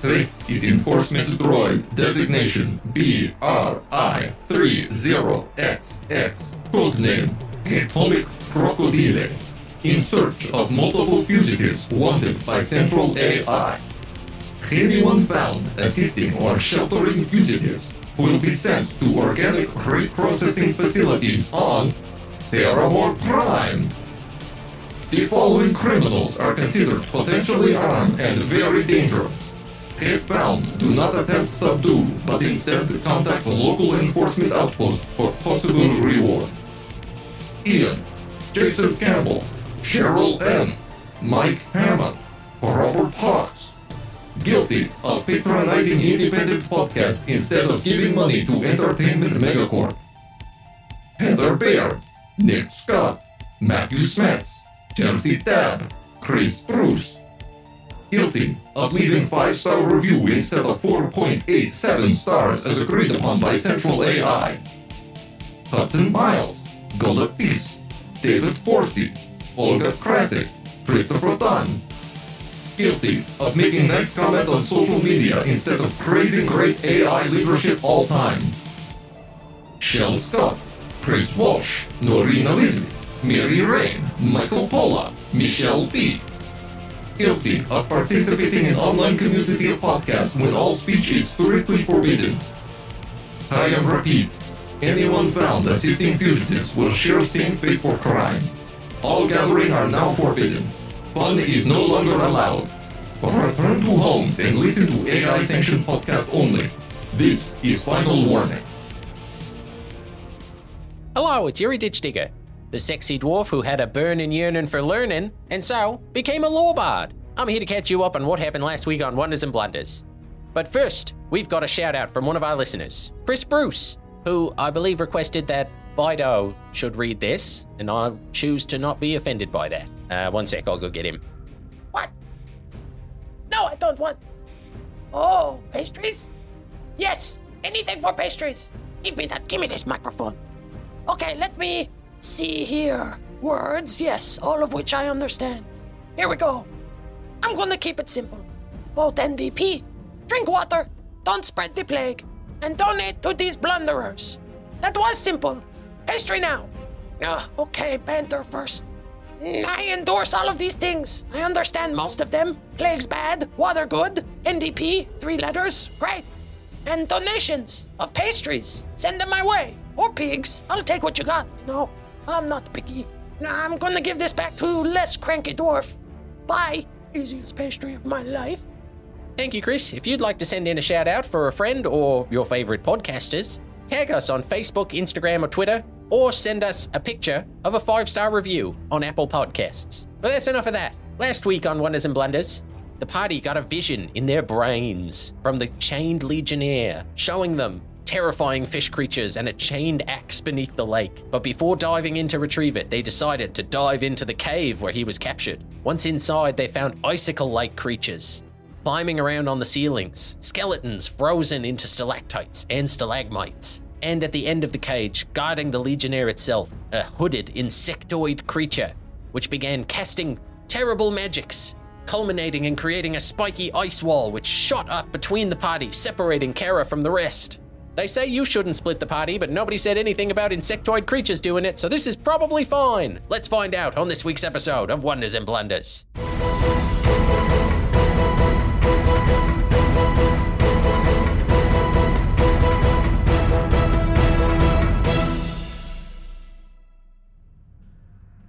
This is Enforcement Droid designation BRI-30XX. Codename Atomic Crocodile. In search of multiple fugitives wanted by Central AI. Anyone found assisting or sheltering fugitives will be sent to organic reprocessing facilities on Terramore Prime. The following criminals are considered potentially armed and very dangerous. If found, do not attempt subdue, but instead contact the local enforcement outpost for possible reward. Ian, Jason Campbell, Cheryl M, Mike Hammond, Robert Hawks, guilty of patronizing independent podcasts instead of giving money to Entertainment Megacorp. Heather Baird, Nick Scott, Matthew Smets, Chelsea Tabb, Chris Bruce. Guilty of leaving 5 star review instead of 4.87 stars as agreed upon by Central AI. Hudson Miles, Galactis, David Forsey, Olga Krasik, Christopher Dunn, guilty of making nice comments on social media instead of praising great AI leadership all time. Shell Scott, Chris Walsh, Noreen Elizabeth, Mary Rain, Michael Pola, Michelle B. Guilty of participating in online community of podcasts when all speech is strictly forbidden. I am repeat. Anyone found assisting fugitives will share same fate for crime. All gathering are now forbidden. Fun is no longer allowed. Return to homes and listen to AI sanctioned podcasts only. This is final warning. Hello, it's Yuri Ditch Digger, the sexy dwarf who had a burn and yearning for learning, and so became a law bard. I'm here to catch you up on what happened last week on Wonders and Blunders. But first, we've got a shout out from one of our listeners, Chris Bruce, who I believe requested that Bido should read this, and I choose to not be offended by that. Uh, one sec, I'll go get him. What? No, I don't want. Oh, pastries? Yes, anything for pastries. Give me that. Give me this microphone. Okay, let me see here. Words, yes, all of which I understand. Here we go. I'm gonna keep it simple. Vote NDP. Drink water. Don't spread the plague. And donate to these blunderers. That was simple. Pastry now. Ah, okay, banter first. Mm, I endorse all of these things. I understand most of them. Plague's bad, water good, NDP, three letters, great. And donations of pastries. Send them my way. Or pigs. I'll take what you got, you know. I'm not picky. Nah, I'm gonna give this back to less cranky dwarf. Bye. Easiest pastry of my life. Thank you, Chris. If you'd like to send in a shout out for a friend or your favorite podcasters, tag us on Facebook, Instagram, or Twitter, or send us a picture of a five star review on Apple Podcasts. But that's enough of that. Last week on Wonders and Blunders, the party got a vision in their brains from the chained legionnaire, showing them terrifying fish creatures and a chained axe beneath the lake. But before diving in to retrieve it, they decided to dive into the cave where he was captured. Once inside, they found icicle like creatures climbing around on the ceilings, skeletons frozen into stalactites and stalagmites. And at the end of the cage, guarding the Legionnaire itself, a hooded insectoid creature, which began casting terrible magics, culminating in creating a spiky ice wall which shot up between the party, separating Kara from the rest. They say you shouldn't split the party, but nobody said anything about insectoid creatures doing it, so this is probably fine. Let's find out on this week's episode of Wonders and Blunders.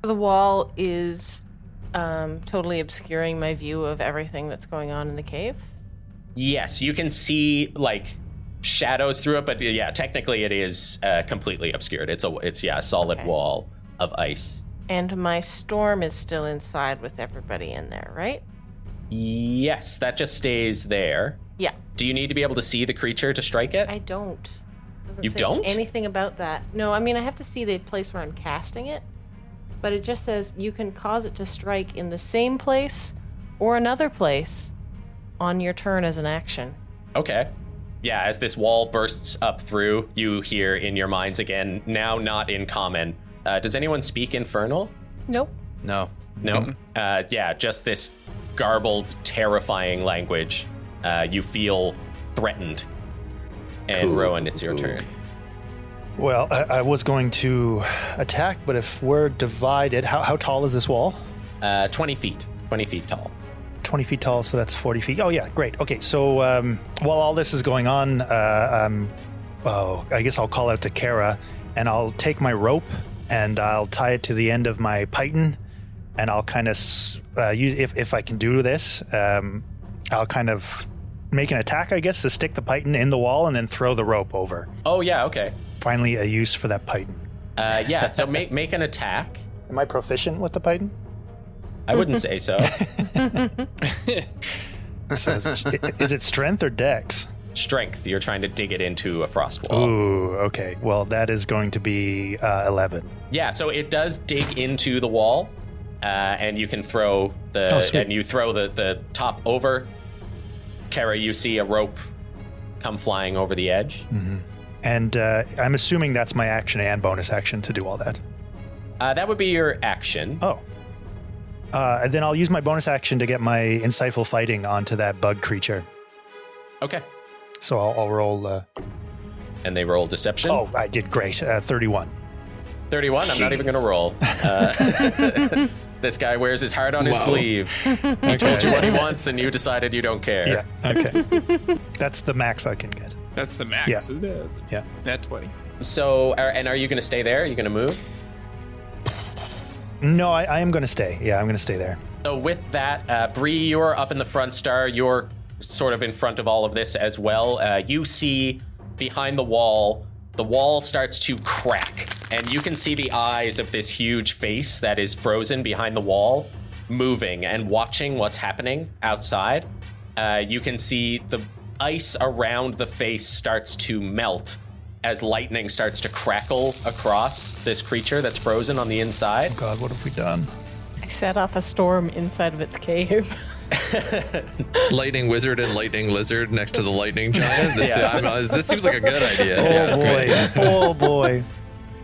The wall is um, totally obscuring my view of everything that's going on in the cave. Yes, you can see like shadows through it, but yeah, technically it is uh, completely obscured. It's a it's yeah, a solid Okay. wall of ice. And my storm is still inside with everybody in there, right? Yes, that just stays there. Yeah. Do you need to be able to see the creature to strike it? I don't. Doesn't You say don't? Anything about that. No, I mean, I have to see the place where I'm casting it, but it just says you can cause it to strike in the same place or another place on your turn as an action. Okay. Yeah, as this wall bursts up through, you hear in your minds again, now not in common. Uh, does anyone speak infernal? Nope. No. No. Uh, yeah, just this garbled, terrifying language. Uh, you feel threatened. And Cool, Rowan, it's your cool. turn. Well, I, I was going to attack, but if we're divided, how, how tall is this wall? Uh, 20 feet. 20 feet tall. 20 feet tall, so that's 40 feet. Oh, yeah, great. Okay, so um, while all this is going on, uh, um, oh, I guess I'll call out to Kara and I'll take my rope and I'll tie it to the end of my python and I'll kind of, uh, use, if, if I can do this, um, I'll kind of make an attack, I guess, to stick the python in the wall and then throw the rope over. Oh, yeah, okay. Finally, a use for that python. Uh, yeah, so make, make an attack. Am I proficient with the python? I wouldn't say so. So it's- is it strength or dex? Strength, you're trying to dig it into a frost wall. Ooh, okay. Well, that is going to be uh, 11. Yeah, so it does dig into the wall, uh, and you can throw the Oh, sweet. and you throw the the top over. Kara, you see a rope come flying over the edge. Mm-hmm. And uh, I'm assuming that's my action and bonus action to do all that. Uh, that would be your action. Oh. Uh, and then I'll use my bonus action to get my insightful fighting onto that bug creature. Okay, So I'll, I'll roll. Uh, and they roll deception. oh, I did great. Uh, 31. 31, I'm not even going to roll. Uh, this guy wears his heart on his Wow. sleeve. He told you what he wants, and you decided you don't care. Yeah. Okay. that's the max I can get. That's the max. Yeah. It is. Yeah. Net 20. So, are- and are you going to stay there? Are you going to move? No, I, I am going to stay. Yeah, I'm going to stay there. So with that, uh, Bree, you're up in the front star. You're sort of in front of all of this as well. Uh, you see behind the wall, the wall starts to crack, and you can see the eyes of this huge face that is frozen behind the wall, moving and watching what's happening outside. Uh, you can see the ice around the face starts to melt as lightning starts to crackle across this creature that's frozen on the inside. Oh God, what have we done? I set off a storm inside of its cave. Lightning wizard and lightning lizard next to the lightning giant. This, I'm, uh, this seems like a good idea. if you Oh, ask me. boy. oh, boy.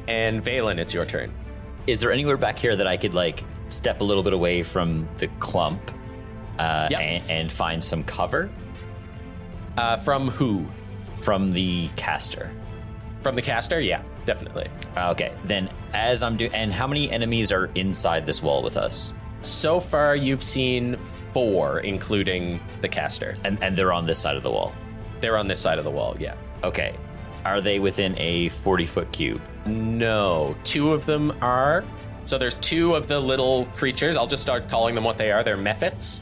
And Valen, it's your turn. Is there anywhere back here that I could like step a little bit away from the clump uh, Yep. and, and find some cover Uh, from who? from the caster? Uh, From the caster? Yeah, definitely. Okay, then as I'm doing, and how many enemies are inside this wall with us? So far, you've seen four, including the caster. And and they're on this side of the wall. They're on this side of the wall, yeah. Okay, are they within a forty foot cube? No, two of them are. So there's two of the little creatures. I'll just start calling them what they are. They're mephits.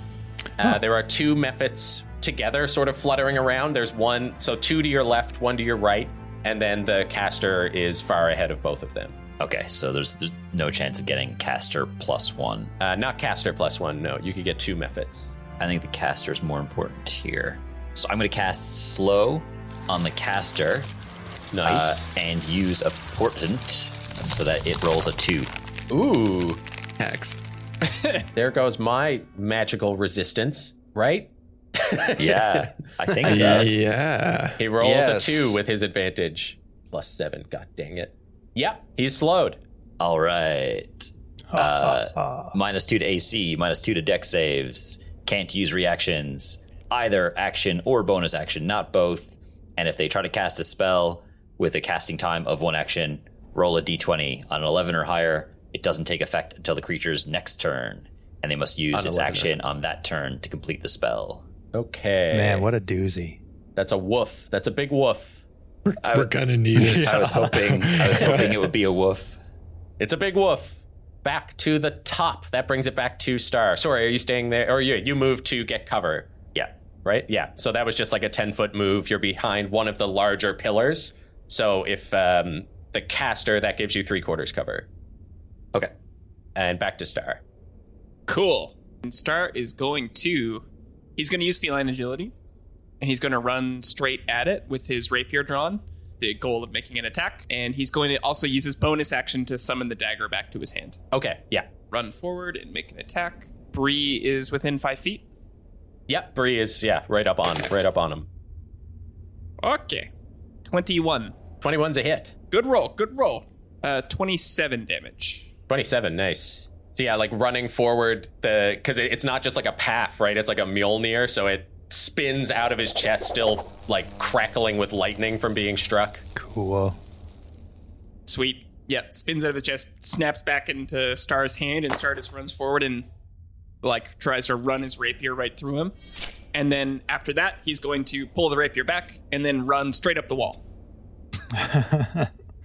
Uh, There are two mephits together, sort of fluttering around. There's one, so two to your left, one to your right, and then the caster is far ahead of both of them. Okay, so there's th- no chance of getting caster plus one. Uh, not caster plus one, no. You could get two mephits. I think the caster is more important here. So I'm going to cast slow on the caster uh, Nice. and use a portent so that it rolls a two. Ooh. Hex. There goes my magical resistance, right? Yeah, I think so. Yeah. He rolls Yes. a two with his advantage. Plus seven, god dang it. Yep, he's slowed. All right. Uh, minus two to AC, minus two to deck saves. Can't use reactions, either action or bonus action, not both. And if they try to cast a spell with a casting time of one action, roll a d20 on an 11 or higher. It doesn't take effect until the creature's next turn, and they must use On its 11 or- action on that turn to complete the spell. Okay. Man, what a doozy. That's a woof. That's a big woof. We're gonna need it. I was hoping, I was hoping it would be a woof. It's a big woof. Back to the top. That brings it back to Star. Sorry, are you staying there? Or you you moved to get cover, Yeah, right? Yeah. So that was just like a ten foot move. You're behind one of the larger pillars. So if um, the caster, that gives you three quarters cover. Okay. And back to Star. Cool. And Star is going to. He's going to use feline agility, and he's going to run straight at it with his rapier drawn, the goal of making an attack. And he's going to also use his bonus action to summon the dagger back to his hand. Okay. Yeah. Run forward and make an attack. Bree is within five feet. Yep, Bree is yeah, right up on, right up on him. Okay. 21. 21's a hit. Good roll. Good roll. Uh, 27 damage. 27, nice. So yeah, like running forward the cuz it, it's not just like a path, right? It's like a Mjolnir, so it spins out of his chest, still like crackling with lightning from being struck. Cool. Sweet. Yeah, spins out of his chest, snaps back into Star's hand, and Star just runs forward and like tries to run his rapier right through him. And then after that, he's going to pull the rapier back and then run straight up the wall.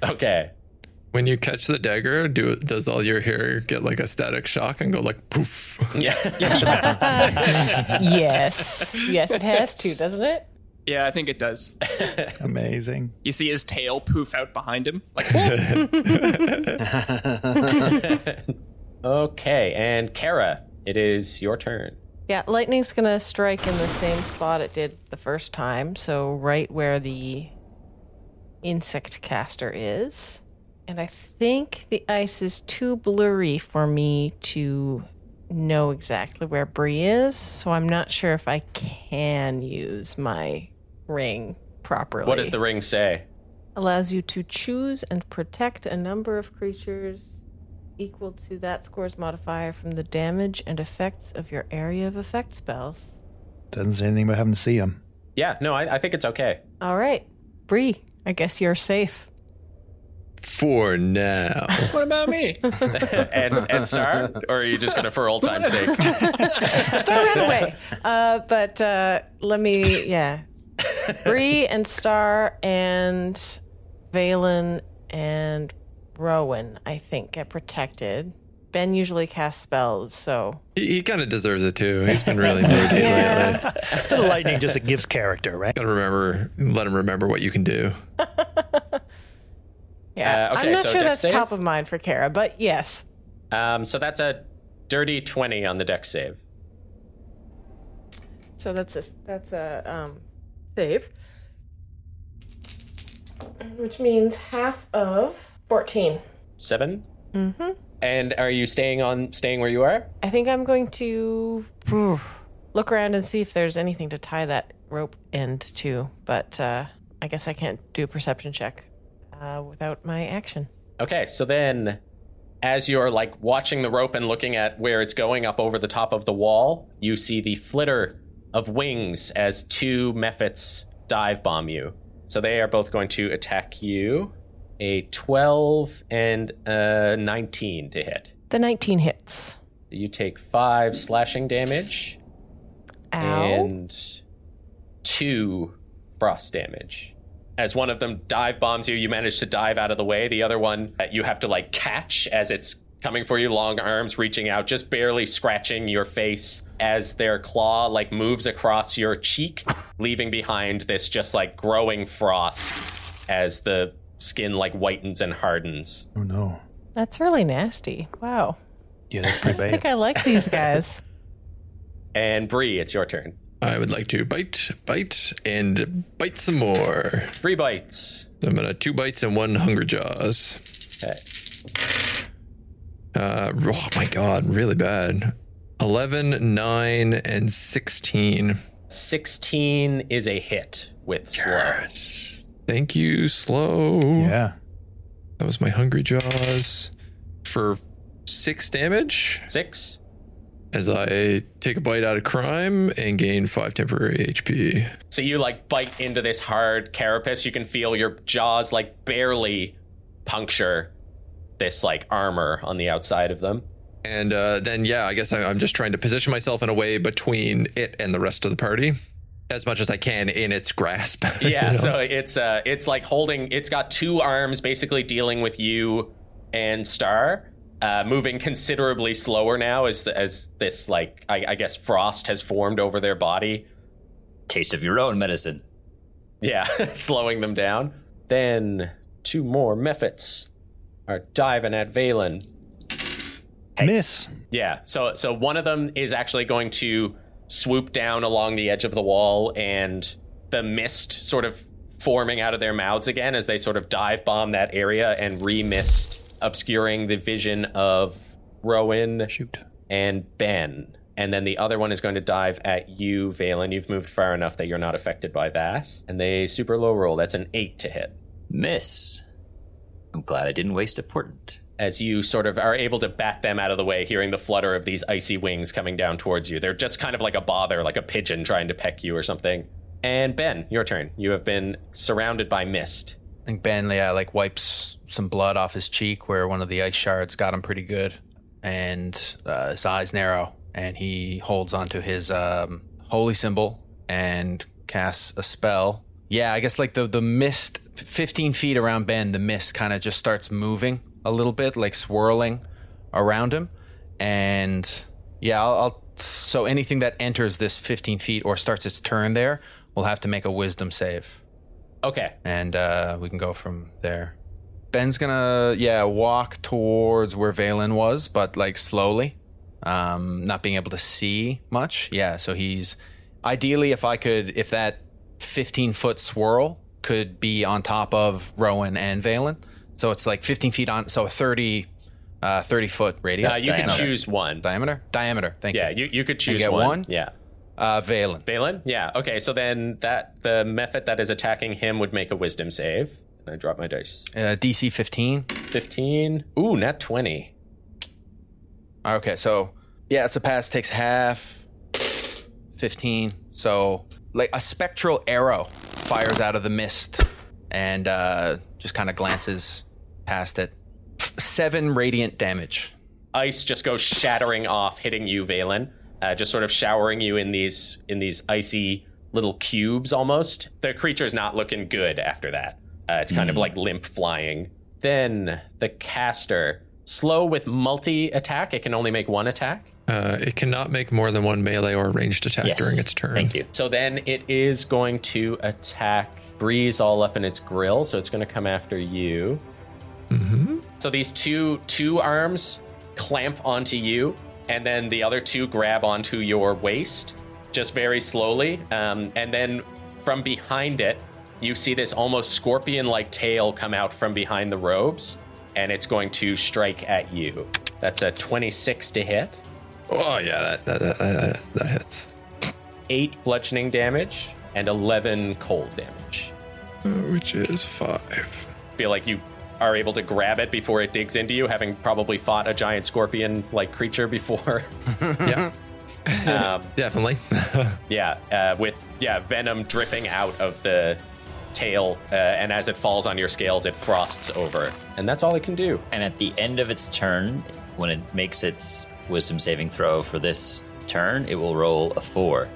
Okay. When you catch the dagger, do does all your hair get like a static shock and go like poof? Yeah. yes. Yes, it has to, doesn't it? Yeah, I think it does. Amazing. You see his tail poof out behind him. Like okay, and Kara, it is your turn. Yeah, lightning's gonna strike in the same spot it did the first time, so right where the insect caster is. And I think the ice is too blurry for me to know exactly where Bree is, so I'm not sure if I can use my ring properly. What does the ring say? allows you to choose and protect a number of creatures equal to that score's modifier from the damage and effects of your area of effect spells. Doesn't say anything about having to see him. Yeah, no, I, I think it's okay. All right, Bree, I guess you're safe. For now. what about me? and and Star, or are you just gonna for old time's sake? Star ran away. Uh, but uh, let me, yeah. Bree and Star and Valen and Rowan, I think, get protected. Ben usually casts spells, so He, he kind of deserves it too. He's been really moody lately. The lightning just it gives character, right? Gotta remember, let him remember what you can do. yeah. Uh, okay, I'm not so sure that's dex save? top of mind for Kara, but yes, Um, so that's a dirty twenty on the deck save. So that's a that's a um, save, which means half of fourteen. 7 Mm-hmm. And are you staying on staying where you are? I think I'm going to look around and see if there's anything to tie that rope end to, but uh, I guess I can't do a perception check uh, without my action. Okay, so then as you're like watching the rope and looking at where it's going up over the top of the wall, you see the flitter of wings as two mephits dive bomb you. So they are both going to attack you. A 12 and a 19 to hit. The nineteen hits. You take five slashing damage Ow! and two frost damage. As one of them dive bombs you, you manage to dive out of the way. The other one, uh, you have to like catch as it's coming for you, long arms reaching out, just barely scratching your face as their claw like moves across your cheek, leaving behind this just like growing frost as the skin like whitens and hardens. Oh no. that's really nasty. Wow, Yeah, that's pretty I think bad. I like these guys. And Bree, it's your turn. I would like to bite, bite, and bite some more. Three bites. So I'm gonna two bites and one hunger jaws. Okay. Uh, oh my god, really bad. 11, 9, and 16. 16 is a hit with slow. Thank you, Slow. Yeah. That was my hungry jaws for six damage Six. as I take a bite out of crime and gain five temporary HP. So you like bite into this hard carapace. You can feel your jaws like barely puncture this like armor on the outside of them. And uh, then, yeah, I guess I, I'm just trying to position myself in a way between it and the rest of the party as much as I can in its grasp. Yeah. So it's uh it's like holding. It's got two arms basically dealing with you and Star. Uh, moving considerably slower now as as this like I, I guess frost has formed over their body. Taste of your own medicine. Yeah, slowing them down. Then two more mephits are diving at Valen. Miss. Yeah. So so one of them is actually going to swoop down along the edge of the wall and the mist sort of forming out of their mouths again as they sort of dive bomb that area and re-mist, obscuring the vision of Rowan Shoot. and Ben. And then the other one is going to dive at you, Valen. You've moved far enough that you're not affected by that. And they super low roll. That's an eight to hit. Miss. I'm glad I didn't waste a portent. as you sort of are able to bat them out of the way, hearing the flutter of these icy wings coming down towards you. They're just kind of like a bother, like a pigeon trying to peck you or something. And Ben, your turn. You have been surrounded by mist. I think Ben, yeah, like wipes some blood off his cheek where one of the ice shards got him pretty good, and uh, his eyes narrow, and he holds onto his um, holy symbol and casts a spell. Yeah, I guess like the the mist, fifteen feet around Ben, the mist kind of just starts moving a little bit, like swirling around him, and yeah, I'll, I'll so anything that enters this fifteen feet or starts its turn there will have to make a Wisdom save Okay. and uh, we can go from there. Ben's gonna yeah walk towards where Valen was, but like slowly, um, not being able to see much. Yeah, so he's ideally if I could if that fifteen foot swirl could be on top of Rowan and Valen, so it's like fifteen feet on, so 30, uh, 30 foot radius Uh, you can diameter. choose one. diameter diameter. Thank Yeah, you. you, you could choose get one. one? Yeah. Uh, Valen. Balin? Yeah. Okay, so then that the method that is attacking him would make a wisdom save. And I drop my dice. Uh, DC fifteen. 15. Ooh, not 20. Okay, so yeah, it's a pass. Takes half. Fifteen. So like a spectral arrow fires out of the mist and uh, just kind of glances past it. Seven radiant damage. Ice just goes shattering off, hitting you, Valen. Uh, just sort of showering you in these in these icy little cubes almost. The creature's not looking good after that. Uh, it's Hmm. kind of like limp flying. Then the caster. Slow with multi attack. It can only make one attack. Uh, it cannot make more than one melee or ranged attack Yes. during its turn. Thank you. So then it is going to attack Breeze all up in its grill. So it's going to come after you. hmm So these two two arms clamp onto you, and then the other two grab onto your waist, just very slowly. Um, and then from behind it, you see this almost scorpion-like tail come out from behind the robes, and it's going to strike at you. That's a 26 to hit, Oh yeah, that that, that, that that hits. eight bludgeoning damage, and 11 cold damage. Uh, which is five. feel like you are able to grab it before it digs into you, having probably fought a giant scorpion like creature before. Yeah. um, Definitely. yeah, uh, with yeah venom dripping out of the tail, uh, and as it falls on your scales, it frosts over, and that's all it can do. And at the end of its turn, when it makes its wisdom saving throw for this turn, it will roll a four.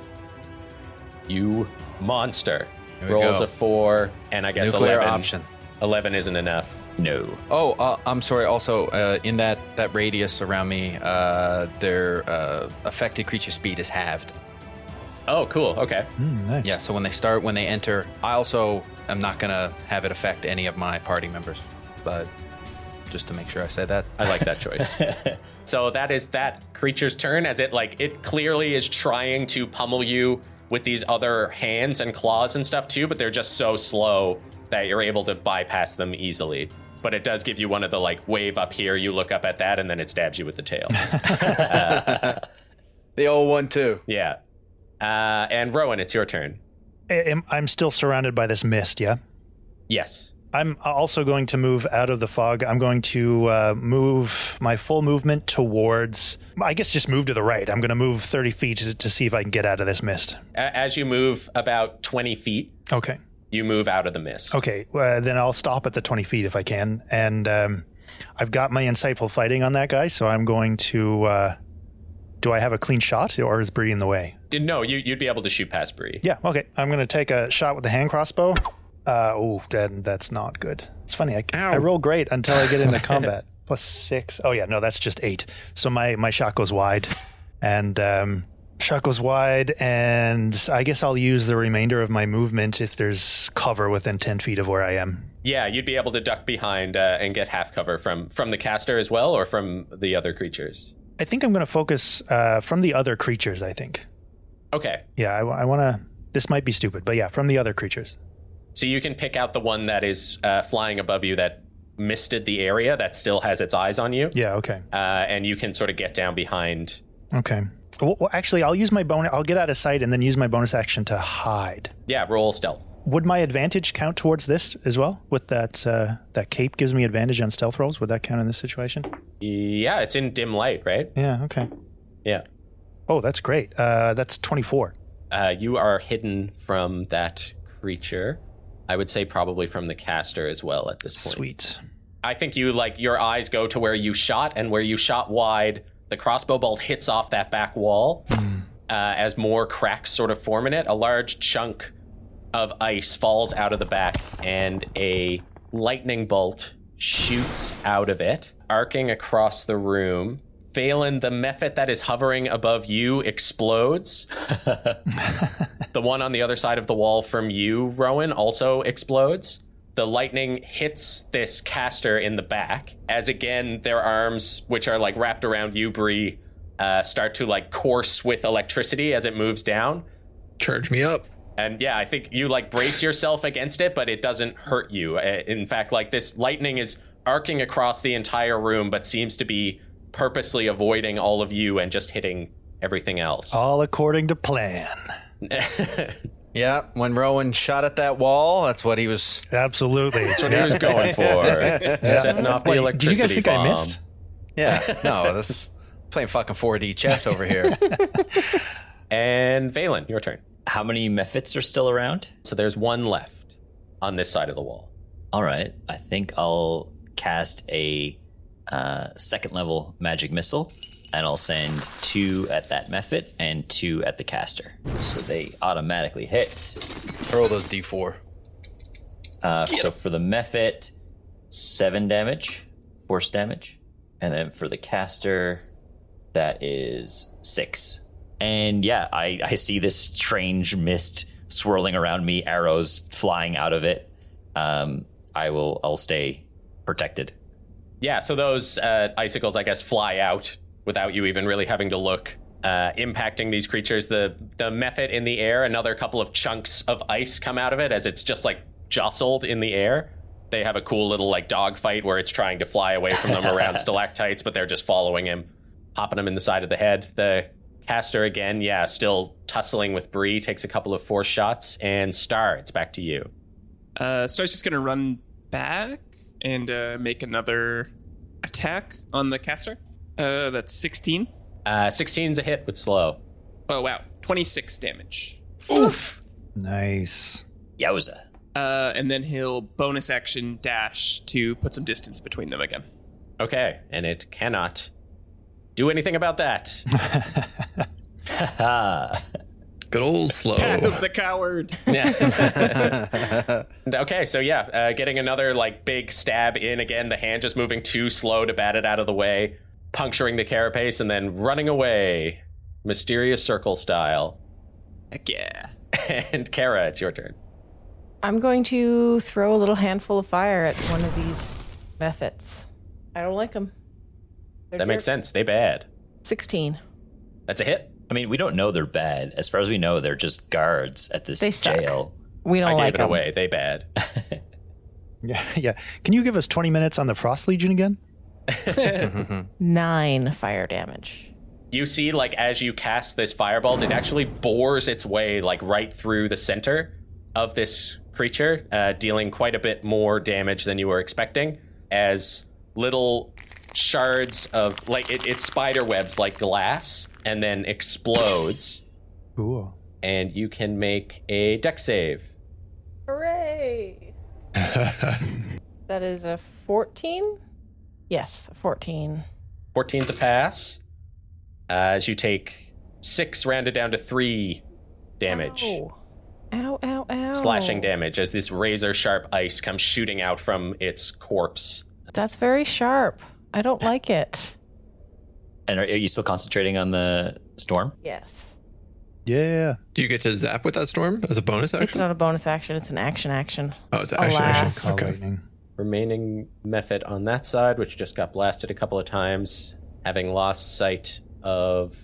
You monster Here we rolls go. a four, and I guess Nuclear 11, option. Eleven isn't enough. No. Oh, uh, I'm sorry. Also, uh, in that that radius around me, uh, their uh, affected creature speed is halved. Oh, cool. Okay. Mm, nice. Yeah, so when they start, when they enter, I also am not gonna have it affect any of my party members, but just to make sure I say that. I like that choice. so that is that creature's turn as it like it clearly is trying to pummel you with these other hands and claws and stuff too, but they're just so slow that you're able to bypass them easily. But it does give you one of the like wave up here, you look up at that, and then it stabs you with the tail. The old one too. yeah. Uh, and Rowan, it's your turn. I- am- I'm still surrounded by this mist. Yeah. Yes. I'm also going to move out of the fog. I'm going to uh, move my full movement towards, I guess, just move to the right. I'm going to move 30 feet to, to see if I can get out of this mist. A- as you move about 20 feet, Okay. you move out of the mist. Okay. Uh, then I'll stop at the 20 feet if I can. And um, I've got my insightful fighting on that guy. So I'm going to. Uh, do I have a clean shot or is Bree in the way? No, you, you'd be able to shoot past Bree. Yeah. Okay. I'm going to take a shot with the hand crossbow. Uh, oh, then that's not good. It's funny. I, I roll great until I get into combat. Plus six. Oh yeah, no, that's just eight. So my my shot goes wide, and um, shot goes wide, and I guess I'll use the remainder of my movement if there's cover within ten feet of where I am. Yeah, you'd be able to duck behind uh, and get half cover from from the caster as well, or from the other creatures. I think I'm going to focus uh, from the other creatures. I think. Okay, Yeah, I, want to. This might be stupid, but yeah, from the other creatures. so you can pick out the one that is uh, flying above you that misted the area that still has its eyes on you, Yeah. Okay. uh, and you can sort of get down behind. Okay. Well, well, actually, I'll use my bonus. I'll get out of sight and then use my bonus action to hide. Yeah, roll stealth. would my advantage count towards this as well? With that, uh, that cape gives me advantage on stealth rolls. Would that count in this situation? Yeah, it's in dim light, right? Yeah. Okay. Yeah. Oh, that's great. Uh, that's twenty-four. Uh, you are hidden from that creature. I would say probably from the caster as well at this point. Sweet. I think you like your eyes go to where you shot, and where you shot wide, the crossbow bolt hits off that back wall. Uh, as more cracks sort of form in it, a large chunk of ice falls out of the back, and a lightning bolt shoots out of it, arcing across the room. Phelan, the mephit that is hovering above you explodes. the one on the other side of the wall from you, Rowan, also explodes. The lightning hits this caster in the back as again their arms, which are like wrapped around you, Bree, uh, start to like course with electricity as it moves down. Charge me up. And yeah, I think you like brace yourself against it, but it doesn't hurt you. Uh, In fact, like this lightning is arcing across the entire room, but seems to be purposely avoiding all of you and just hitting everything else. All according to plan. Yeah, when Rowan shot at that wall, that's what he was. Absolutely. what he was going for. Setting off the Wait, did you electricity guys think bomb. I missed? Yeah, no, this playing fucking 4D chess over here. And Valen, your turn. How many mephits are still around? So there's one left on this side of the wall. All right, I think I'll cast a uh, second level magic missile, and I'll send two at that mephit and two at the caster, so they automatically hit. Throw those D4. Uh, so for the mephit, seven damage, force damage, and then for the caster, that is six. And yeah, I, I see this strange mist swirling around me, arrows flying out of it. Um, I will I'll stay protected. Yeah, so those uh, icicles, I guess, fly out without you even really having to look, uh, impacting these creatures. The the mephit in the air, another couple of chunks of ice come out of it as it's just like jostled in the air. They have a cool little like dog fight where it's trying to fly away from them around stalactites, but they're just following him, popping him in the side of the head. The caster again, yeah, still tussling with Bree, takes a couple of force shots, and Star, it's back to you. Uh, Star's just gonna run back and uh, make another attack on the caster. Uh, that's 16. Uh, 16's a hit with slow. Oh wow, 26 damage. Nice. Yowza. Uh, and then he'll bonus action dash to put some distance between them again. Okay, and it cannot do anything about that. Ah. Good old slow. Path of the coward. And okay, so yeah, uh, getting another like big stab in again. The hand just moving too slow to bat it out of the way, puncturing the carapace, and then running away, mysterious circle style. Heck yeah. And Kara, it's your turn. I'm going to throw a little handful of fire at one of these methods. I don't like them. That makes sense. They bad. 16. That's a hit. I mean, we don't know they're bad. As far as we know, they're just guards at this They suck. jail. We don't I like gave it them. away. They bad. Yeah, yeah. Can you give us 20 minutes on the Frost Legion again? Nine fire damage. you see like as you cast this fireball it actually bores its way like right through the center of this creature uh, dealing quite a bit more damage than you were expecting as little shards of like it, it spider webs like glass and then explodes Cool. and you can make a deck save Hooray! that is a 14? Yes, a 14. 14's a pass uh, as you take six rounded down to three damage Ow. Ow, ow, ow. slashing damage as this razor sharp ice comes shooting out from its corpse. That's very sharp. I don't like it. And are, are you still concentrating on the storm? Yes. Yeah. Do you get to zap with that storm as a bonus action? It's not a bonus action, it's an action action. oh, it's action, Alas. action. Call Okay. lightning. Remaining method on that side, which just got blasted a couple of times, having lost sight of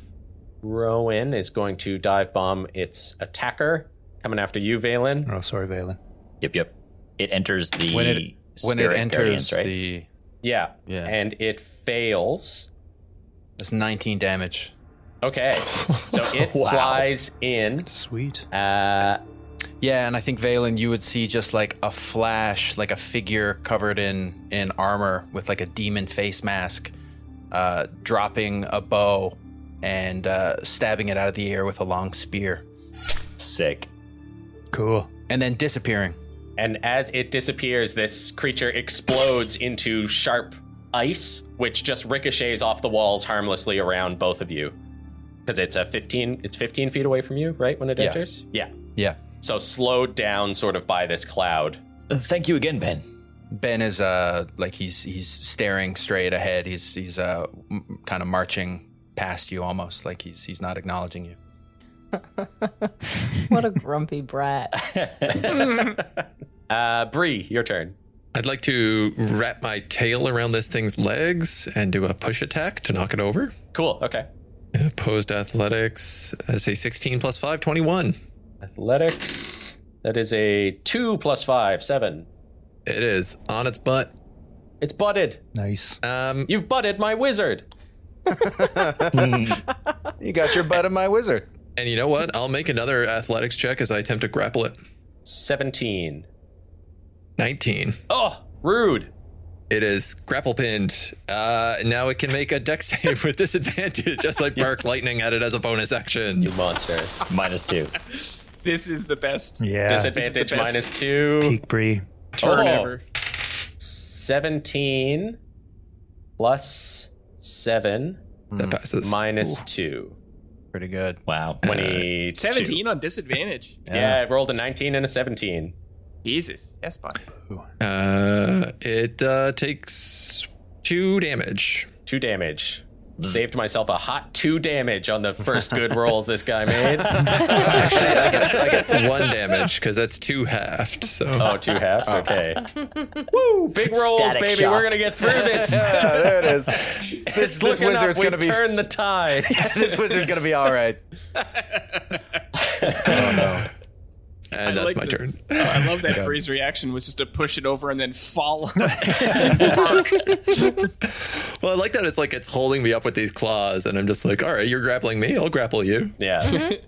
Rowan, is going to dive bomb its attacker. Coming after you, Valen. Oh, sorry, Valen. Yep, yep. It enters the When it when it spirit enters guardians, right? the Yeah. Yeah. And it fails. that's 19 damage. Okay. So it Wow. flies in. Sweet. Uh, Yeah, and I think Valen, you would see just like a flash, like a figure covered in in armor with like a demon face mask, uh, dropping a bow and uh, stabbing it out of the air with a long spear, Sick. Cool. and then disappearing. And as it disappears, this creature explodes into sharp ice, which just ricochets off the walls harmlessly around both of you. Because it's a 15, it's 15 feet away from you, right? When it Yeah. enters? Yeah. Yeah, So slowed down sort of by this cloud. Uh, Thank you again, Ben. Ben is uh like he's he's staring straight ahead. He's he's uh m- kind of marching past you almost like he's he's not acknowledging you. What a grumpy brat. Uh, Bree, your turn. I'd like to wrap my tail around this thing's legs and do a push attack to knock it over. Cool. Okay. Opposed athletics, I say 16 plus 5, 21. Athletics. That is a 2 plus 5, 7. It is on its butt. It's butted. Nice. Um, You've butted my wizard. You got your butt in my wizard. and you know what? I'll make another athletics check as I attempt to grapple it. 17. 19. Oh, rude. It is grapple pinned. Uh, now it can make a deck save with disadvantage, just like bark lightning at it as a bonus action. You monster. Minus two. This is the best Yeah. This is Disadvantage the best. minus 2. Peak Bree. turn Oh. ever. 17 plus 7 That passes. Uh, minus 2. Pretty good. Wow. 20. 17 on disadvantage. Yeah. it rolled a 19 and a 17. Jesus. Yes, buddy. Uh, it uh, takes two damage. Two damage. Saved myself a hot two damage on the first good rolls this guy made. Actually, I guess I guess one damage because that's two halved. So Oh, two half. Okay. Woo! Big rolls, Static baby. shock. We're gonna get through this. Yeah, there it is. This, It's looking up. We've turned the tide. this wizard's gonna be all right. Oh, and I that's like my the- turn. Oh, I love that Bree's reaction was just to push it over and then fall. Well, I like that it's like it's holding me up with these claws, and I'm just like, all right, you're grappling me, I'll grapple you. yeah.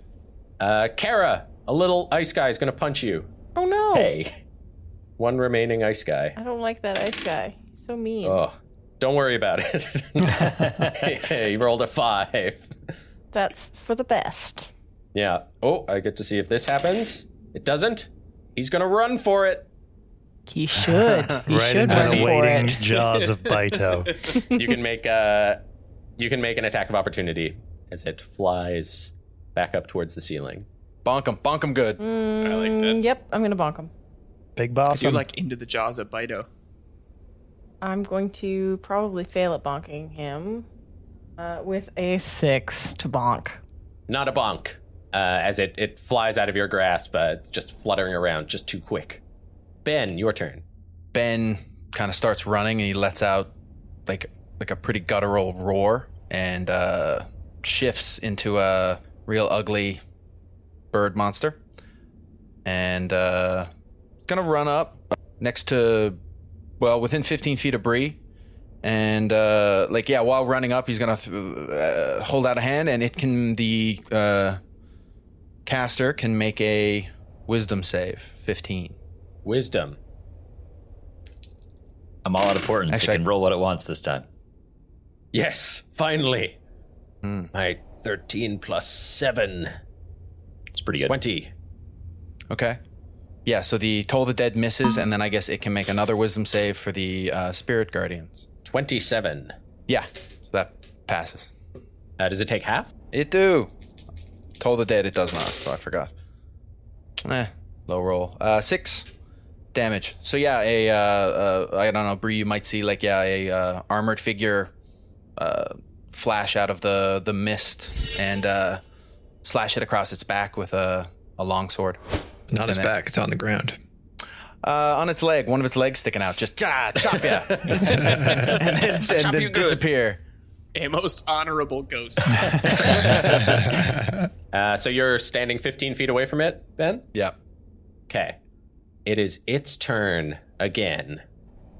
Uh, Kara, a little ice guy is gonna punch you. Oh no. Hey. One remaining ice guy. I don't like that ice guy. He's so mean. Oh, don't worry about it. he rolled a five. That's for the best. Yeah. Oh, I get to see if this happens. It doesn't. He's gonna run for it. He should. He should into run the for waiting it. jaws of Baito. You can make uh, you can make an attack of opportunity as it flies back up towards the ceiling. Bonk him, bonk him good. I like that. Mm, yep, I'm gonna bonk him. Big Because You're Bossum. like into the jaws of Bido. I'm going to probably fail at bonking him uh, with a six to bonk. Not a bonk. Uh, as it, it flies out of your grasp, uh, just fluttering around, just too quick. Ben, your turn. Ben kind of starts running and he lets out like like a pretty guttural roar and uh, shifts into a real ugly bird monster and uh, it's gonna run up next to well within 15 feet of Bree and uh, like yeah while running up he's gonna th- uh, hold out a hand and it can the uh, caster can make a wisdom save 15 Wisdom. I'm all out of portents. Actually, it can roll what it wants this time. Yes, finally. Hmm. My 13 plus 7. It's pretty good. 20. Okay. Yeah, so the Toll of the Dead misses, and then I guess it can make another wisdom save for the uh, Spirit Guardians. 27. Yeah, so that passes. Uh, does it take half? It do. Toll of the Dead, it does not, so I forgot. Eh, low roll. Uh, six damage. So yeah, a, uh, uh, I don't know, Bree, you might see like, yeah, a uh, armored figure uh, flash out of the, the mist and uh, slash it across its back with a, a long sword. Not his then- back; it's on the ground. uh, on its leg, one of its legs sticking out, just ah, chop ya, and then, and then disappear. A most honorable ghost. Uh, so you're standing 15 feet away from it, Ben? Yep. Okay. It is its turn again.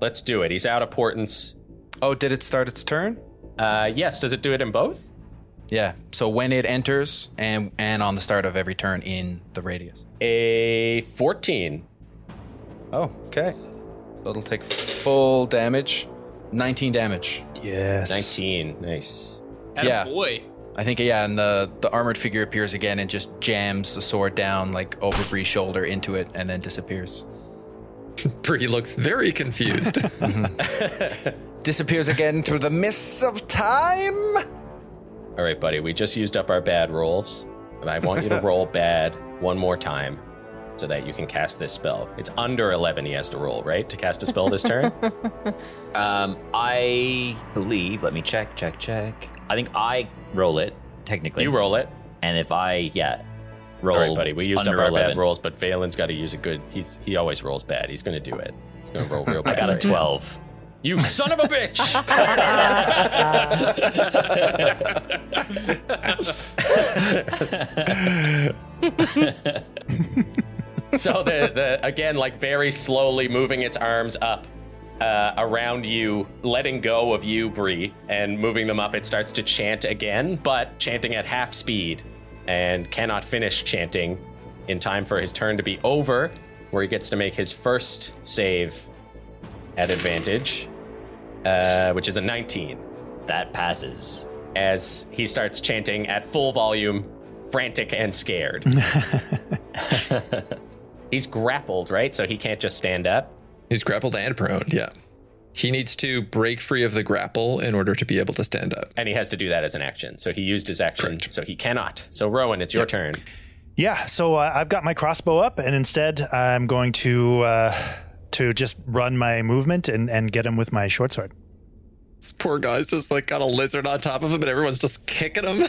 Let's do it. He's out of portents. Oh, did it start its turn? Uh, yes, does it do it in both? Yeah. So when it enters and and on the start of every turn in the radius. A 14. Oh, okay. That'll take full damage. 19 damage. Yes. 19. Nice. Yeah. boy. I think yeah, and the the armored figure appears again and just jams the sword down like over Bree's shoulder into it and then disappears. Bree looks very confused. Mm-hmm. Disappears again through the mists of time. All right, buddy. We just used up our bad rolls. And I want you to roll bad one more time so that you can cast this spell. It's under 11 he has to roll, right? To cast a spell this turn? Um, I believe. Let me check, check, check. I think I roll it technically. you roll it. and if I yeah, roll. All right, buddy. We used up under our 11. bad rolls, but Valen's got to use a good. He's he always rolls bad. He's going to do it. He's going to roll real bad. I got a right twelve. now. You son of a bitch! so the, the again, like very slowly moving its arms up uh, around you, letting go of you, Bree, and moving them up. It starts to chant again, but chanting at half speed, and cannot finish chanting in time for his turn to be over, where he gets to make his first save at advantage, uh, which is a 19 that passes. as he starts chanting at full volume, frantic and scared. He's grappled, right? So he can't just stand up. He's grappled and prone, yeah. He needs to break free of the grapple in order to be able to stand up. And he has to do that as an action. So he used his action, so he cannot. So, Rowan, it's your turn. Yeah, so uh, I've got my crossbow up, and instead I'm going to uh, to just run my movement and, and get him with my short sword. This poor guy's just like got a lizard on top of him and everyone's just kicking him.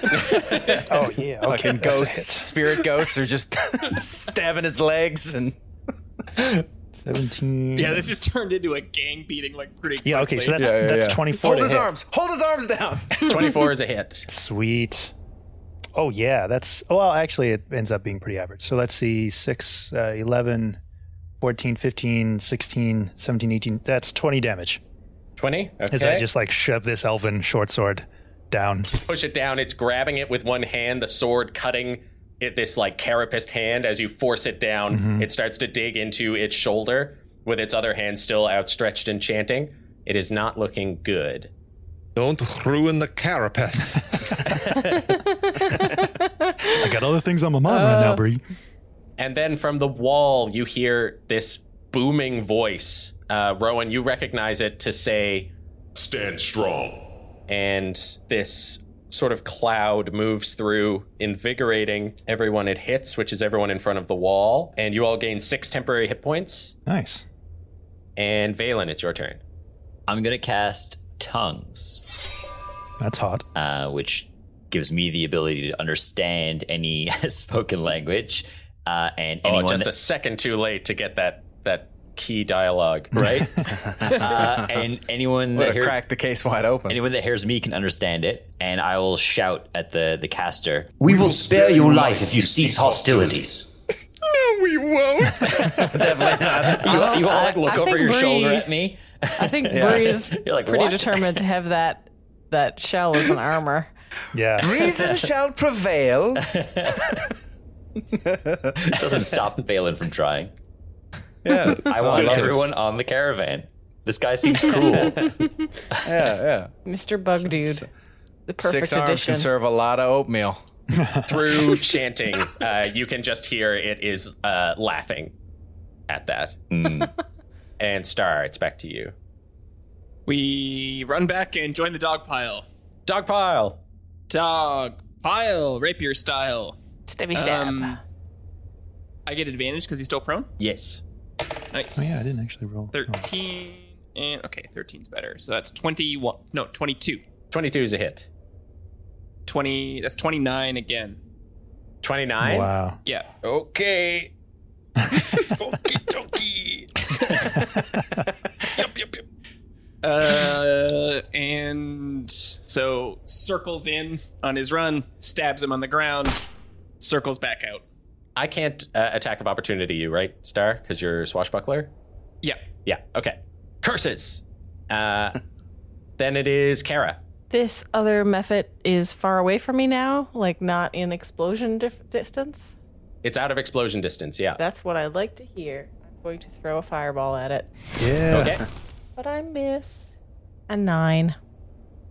Oh yeah, Fucking ghosts, spirit ghosts are just stabbing his legs and Seventeen. Yeah, this has turned into a gang beating like pretty quickly. Yeah, okay, so that's Yeah, yeah, that's yeah. twenty four. hold his arms. Hold his arms down. 24 is a hit. Sweet. Oh yeah, that's well. Actually, it ends up being pretty average. So let's see: 6, uh, 11, 14, 15, 16, 17, 18. That's twenty damage. 20? Okay. As I just like shove this elven short sword down. push it down. It's grabbing it with one hand, the sword cutting it this like carapaced hand. As you force it down, Mm-hmm. it starts to dig into its shoulder with its other hand still outstretched and chanting. It is not looking good. Don't ruin the carapace. I got other things on my mind right now, Uh, Bree. And then from the wall, you hear this booming voice. Uh, Rowan, you recognize it to say, Stand strong. and this sort of cloud moves through, invigorating everyone it hits, which is everyone in front of the wall. And you all gain six temporary hit points. Nice. And Valen, it's your turn. I'm gonna cast tongues, That's hot. uh, which gives me the ability to understand any spoken language. Uh, and anyone oh, just that- a second too late to get that that key dialogue, right? uh, and anyone Would that have hear- cracked the case wide open. anyone that hears me can understand it, and I will shout at the the caster. We will spare your life if you cease hostilities. you, you all like I- look I over think your Bree- shoulder at me. I think Bree's You're like, pretty "What?" determined to have that that shell as an armor. Yeah. Reason shall prevail. It doesn't stop Valen from trying. Yeah, I want everyone on the caravan. This guy seems cool. yeah, yeah. Mr. Bug Dude. The perfect Six arms addition. can serve a lot of oatmeal. Through chanting, uh, you can just hear it is uh, laughing at that. Mm. And Star, it's back to you. We run back and join the dog pile. Dog pile. Dog pile, rapier style. Stabby stab. Um, I get advantage because he's still prone. Yes. Nice. Oh yeah, I didn't actually roll. Thirteen and okay, 13's better. So that's twenty-one. No, twenty-two. 22 is a hit. Twenty. That's twenty-nine again. 29. Wow. Yeah. Okay. Okie dokie. Yup, yup, yup. Uh, and so circles in on his run, stabs him on the ground, circles back out. I can't uh, attack of opportunity you, right, Star? Because you're a swashbuckler? Yeah. Yeah. Okay. Curses. Uh, then it is Kara. this other method is far away from me now, like not in explosion dif- distance. It's out of explosion distance, yeah. Uh, That's what I like to hear. I'm going to throw a fireball at it. Yeah. Okay. But I miss a nine.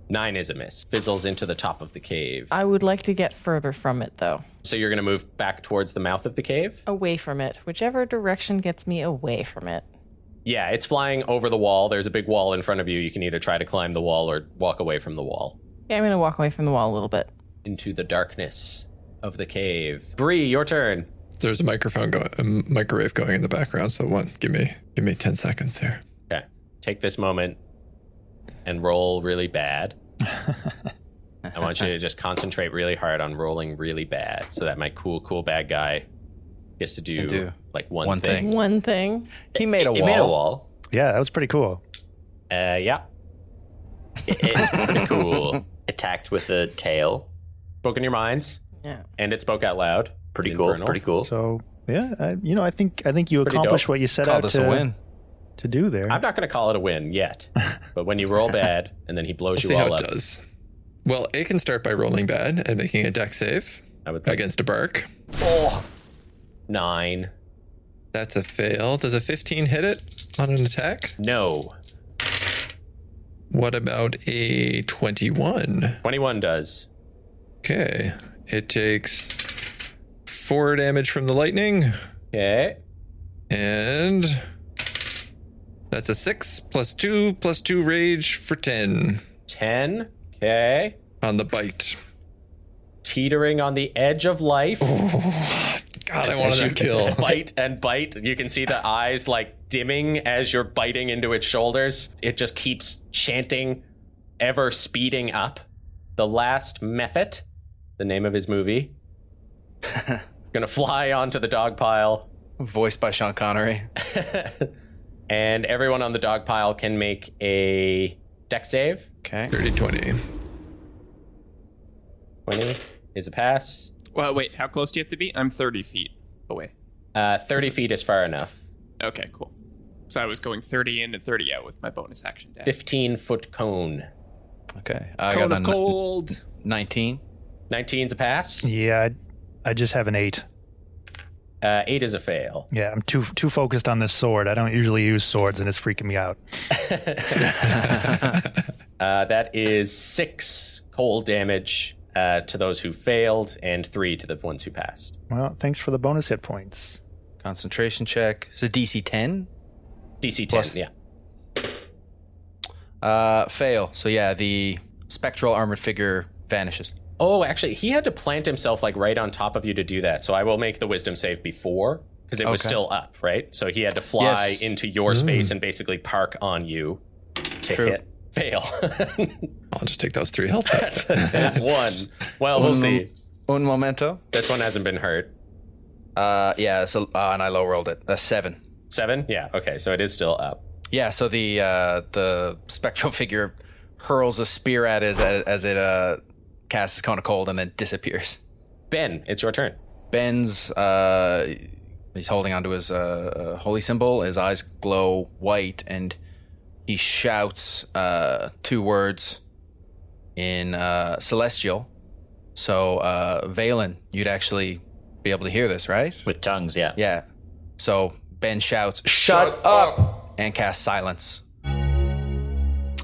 Nine is a miss. Fizzles into the top of the cave. I would like to get further from it, though. So you're going to move back towards the mouth of the cave? Away from it. Whichever direction gets me away from it. Yeah, it's flying over the wall. There's a big wall in front of you. You can either try to climb the wall or walk away from the wall Yeah, I'm going to walk away from the wall a little bit. into the darkness of the cave. Bree, your turn. There's a microphone going, a microwave going in the background. So one, give me, give me ten seconds here. Okay. Take this moment and roll really bad. I want you to just concentrate really hard on rolling really bad so that my cool, cool bad guy gets to do, Can do like one, one thing. thing. One thing. He made a It wall. made a wall. Yeah, that was pretty cool. Uh, yeah. It- It's pretty Cool. Attacked with a tail. Spoke in your minds. Yeah. And it spoke out loud. Pretty In cool. Infernal. Pretty cool. So yeah, I, you know, I think I think you Pretty accomplished dope. what you set Call out this to a win. to do there. I'm not going to call it a win yet, but when you roll bad and then he blows We'll see you how all it up, does. Well, it can start by rolling bad and making a deck save I would think Oh. against a bark. nine. That's a fail. Does a 15 hit it on an attack? No, What about a 21? twenty-one does. Okay. It takes four damage from the lightning, Okay, and that's a six plus two plus two rage for 10 ten. Okay, on the bite. teetering on the edge of life. God, I As wanted you that kill. bite and bite. You can see the eyes like dimming as you're biting into its shoulders. It just keeps chanting, ever speeding up. The last method, the name of his movie, gonna fly onto the dog pile. Voiced by Sean Connery. and everyone on the dog pile can make a deck save. Okay. 30 20. 20 is a pass. Well, wait. How close do you have to be? I'm 30 feet away. Uh, 30 feet is far enough. Okay, cool. So I was going 30 in and 30 out with my bonus action dash. 15 foot cone. Okay. I Cone got a of n- cold. 19. 19's a pass. yeah, I, I just have an eight. Uh, 8 is a fail. Yeah, I'm too too focused on this sword. I don't usually use swords, and it's freaking me out. Uh, that is 6 cold damage uh, to those who failed and 3 to the ones who passed. Well, thanks for the bonus hit points. Concentration check. It's a DC 10. DC 10, Plus- yeah. Uh, fail. So yeah, the spectral armored figure vanishes. Oh, actually, he had to plant himself like right on top of you to do that. So I will make the wisdom save before because it was Okay. still up, right? So he had to fly Yes. into your space and basically park on you to True. hit. Fail. I'll just take those three health back. That's one. Well, we'll see. Un momento. This one hasn't been hurt. Uh, yeah. So uh, and I low rolled it. A seven. Seven? Yeah. Okay. So it is still up. Yeah. So the uh, the spectral figure hurls a spear at it as, as it uh, casts cone of cold and then disappears. Ben, it's your turn. Ben's uh, he's holding onto his uh, uh, holy symbol. His eyes glow white, and he shouts uh, two words in uh, celestial. So, uh, Valen, you'd actually be able to hear this, right? With tongues, yeah. Yeah. So Ben shouts, "Shut, up!" and casts silence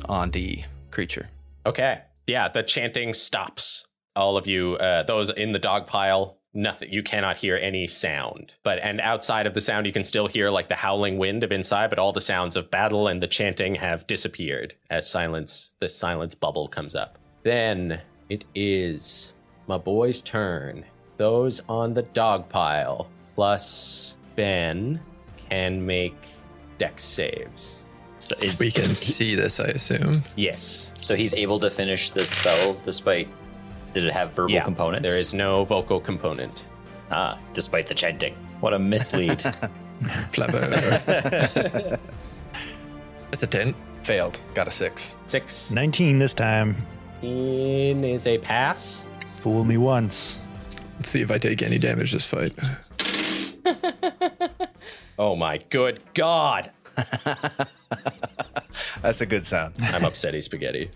on the creature. Okay. Yeah. The chanting stops. All of you, uh, those in the dog pile, nothing. You cannot hear any sound. But and outside of the sound, you can still hear like the howling wind of inside. But all the sounds of battle and the chanting have disappeared as silence. The silence bubble comes up. Then it is my boy's turn. Those on the dog pile plus Ben can make deck saves. So, is, we can see this, I assume. Yes. so he's able to finish the spell despite. Did it have verbal Yeah, components? There is no vocal component. Ah, despite the chanting. What a mislead. Clever. That's a 10. Failed. Got a six. 16 Nineteen this time. is a pass. Fool me once. Let's see if I take any damage this fight. Oh my good god. That's a good sound. I'm upsetty spaghetti.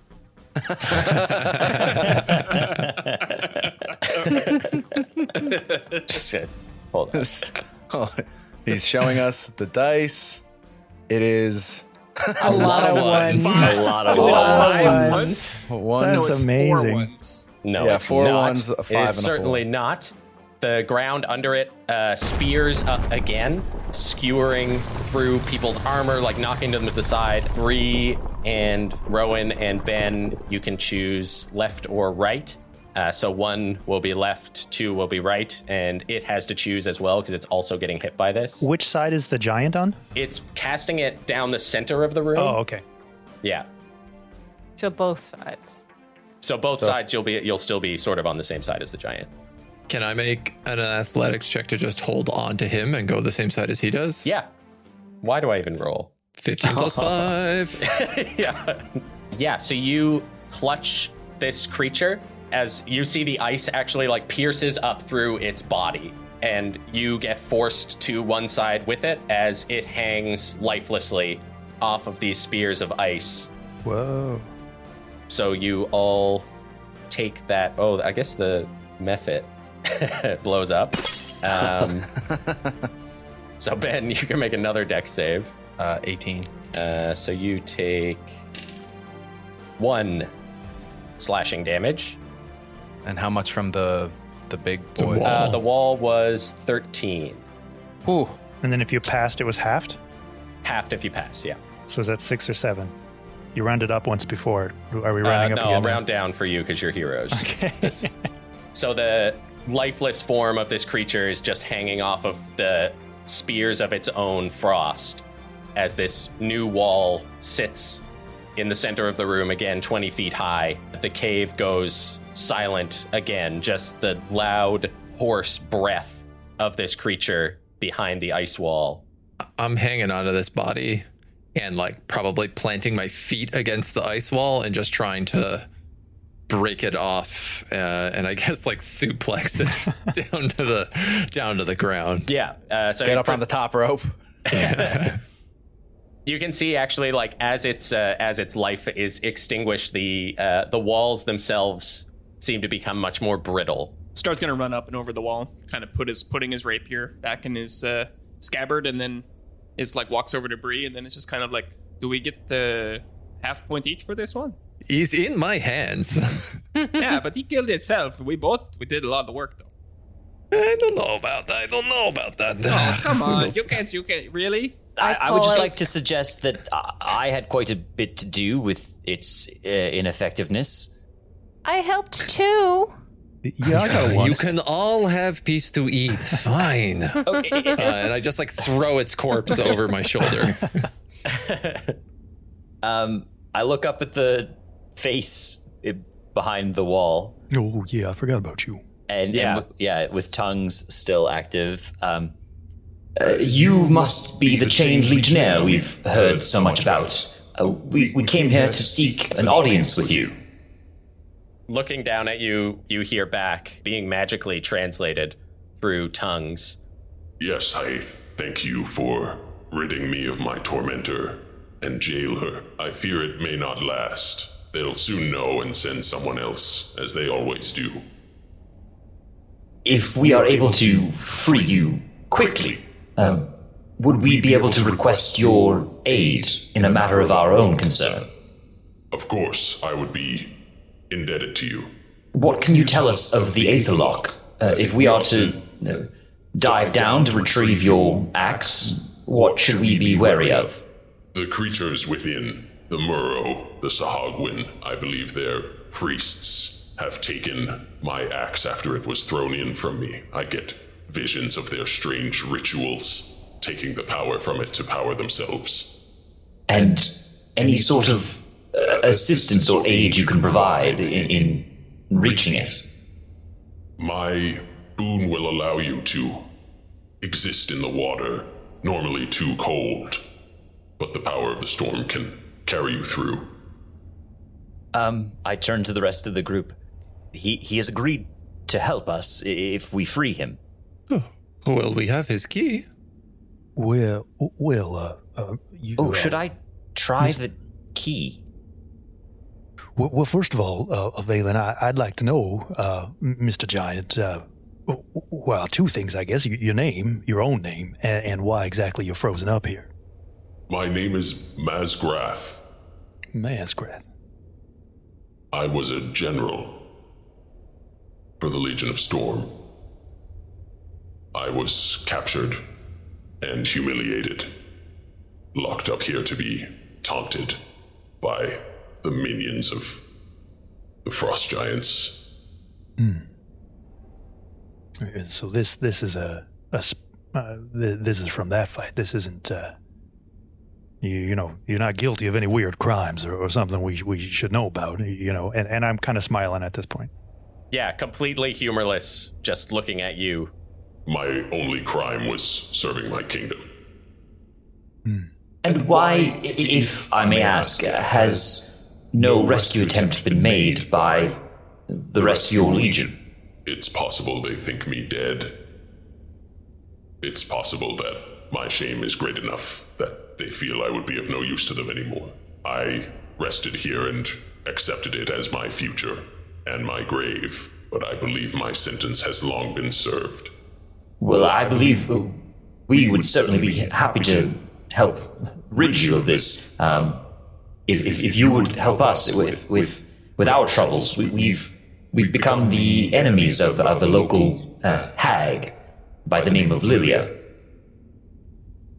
Shit. Hold on. Oh, He's showing us the dice. It is A lot of ones. A lot of A lot ones. of ones. ones. one. That's amazing. No, Yeah, it's four not. ones, a it five, is and a certainly not. The ground under it uh, spears up again, skewering through people's armor, like knocking them to the side. Bree and Rowan and Ben, you can choose left or right. Uh, so one will be left, two will be right, and it has to choose as well because it's also getting hit by this. Which side is the giant on? It's casting it down the center of the room. Oh, okay. Yeah. So both sides. So both sides, you'll be you'll still be sort of on the same side as the giant. Can I make an athletics check to just hold on to him and go the same side as he does? Yeah. Why do I even roll? 15 plus 5. yeah. Yeah, so you clutch this creature as you see the ice actually like pierces up through its body and you get forced to one side with it as it hangs lifelessly off of these spears of ice. Whoa. So you all take that oh, I guess the method blows up. Um, so Ben, you can make another deck save. Uh, 18. Uh, so you take one slashing damage. And how much from the the big The boy? wall. Uh, the wall was 13. Ooh. And then if you passed, it was halved. Halved if you pass, yeah. So is that six or seven? You rounded up once before. Are we rounding Uh, no, up again? I'll round down for you because you're heroes. Okay. So the lifeless form of this creature is just hanging off of the spears of its own frost as this new wall sits in the center of the room again 20 feet high the cave goes silent again just the loud hoarse breath of this creature behind the ice wall I'm hanging onto this body and like probably planting my feet against the ice wall and just trying to break it off uh, and I guess like suplex it down to the down to the ground. yeah uh, so Get up on the top rope. you can see actually like as its uh, as its life is extinguished the uh, the walls themselves seem to become much more brittle Star's gonna run up and over the wall, kind of put his putting his rapier back in his uh, scabbard, and then is like walks over to Bree, and then it's just kind of like, do we get the half point each for this one? He's in my hands. yeah, but he killed itself. We both we did a lot of the work though. I don't know about that. I don't know about that. Oh come on, you can't, you can't really. I, I would call just it- like to suggest that I, I had quite a bit to do with its uh, ineffectiveness. I helped too. yeah, I got a one. You can all have piece to eat. Fine. Uh, and I just like throw its corpse over my shoulder. Um, I look up at the face eh, behind the wall, Oh yeah, I forgot about you. and Yeah. yeah, yeah with tongues still active. Um, uh, you must be the chained legionnaire we've heard so much about. Uh, we, we came here to seek an audience with you. looking down at you you hear back being magically translated through tongues Yes, I thank you for ridding me of my tormentor and jailer. I fear it may not last. They'll soon know and send someone else, as they always do. If we are able to free you quickly, um, would we be able to request your aid in a matter of our own concern? Of course, I would be indebted to you. What can you tell us of the Aetherlock? Uh, if we are to you know, dive down to retrieve your axe, what should we be wary of? The creatures within, the Murrow, the Sahagwin, I believe their priests, have taken my axe after it was thrown in from me. I get visions of their strange rituals, taking the power from it to power themselves. And any sort of uh, assistance or aid you can provide in, in reaching it? My boon will allow you to exist in the water, normally too cold, but the power of the storm can carry you through. Um, I turn to the rest of the group. He he has agreed to help us i- if we free him. Well, we have his key. Will, Will, uh, uh, you. Oh, should I try the key? Well, well first of all, uh, uh, Valen, I, I'd like to know, uh, M- Mr. Giant, uh, w- w- well, two things, I guess. Y- Your name, your own name, and, and why exactly you're frozen up here. My name is Mazgraf. Masgrath. I was a general for the Legion of Storm. I was captured and humiliated, locked up here to be taunted by the minions of the Frost Giants. Hmm. And Uh, so this this is a, a sp- uh, th- this is from that fight. This isn't uh, you you know you're not guilty of any weird crimes or, or something we we should know about. You know, and, and I'm kind of smiling at this point. Yeah, completely humorless, just looking at you. My only crime was serving my kingdom. And why, i- if I may ask, has no rescue attempt been made by the rest of your legion? It's possible they think me dead. It's possible that my shame is great enough that they feel I would be of no use to them anymore. I rested here and accepted it as my future and my grave, but I believe my sentence has long been served. Well, I believe uh, we would certainly be happy to help rid you of this. Um, if, if, if you would help us with, with, with our troubles, we, we've, we've become the enemies of, of a local uh, hag by the name of Lilia.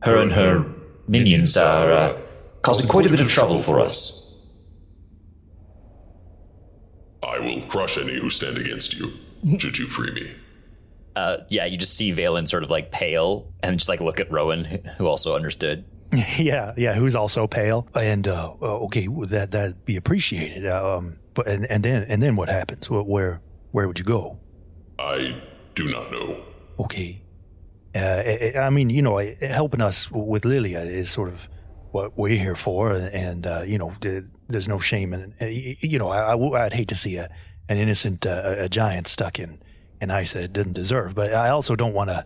Her and her minions are uh, causing quite a bit of trouble for us. I will crush any who stand against you, should you free me. Uh, yeah, you just see Valen sort of like pale and just like look at Rowan, who also understood. yeah, yeah. Who's also pale? And uh, uh, okay, well, that that'd be appreciated. Um, but and, and then and then what happens? Wh- Where where would you go? I do not know. Okay. Uh, I, I- I mean, you know, I- helping us with Lilia is sort of what we're here for, and uh, you know, th- there's no shame in. uh, y- You know, I, would hate to see a an innocent uh, a giant stuck in in ice that it doesn't deserve, but I also don't want to,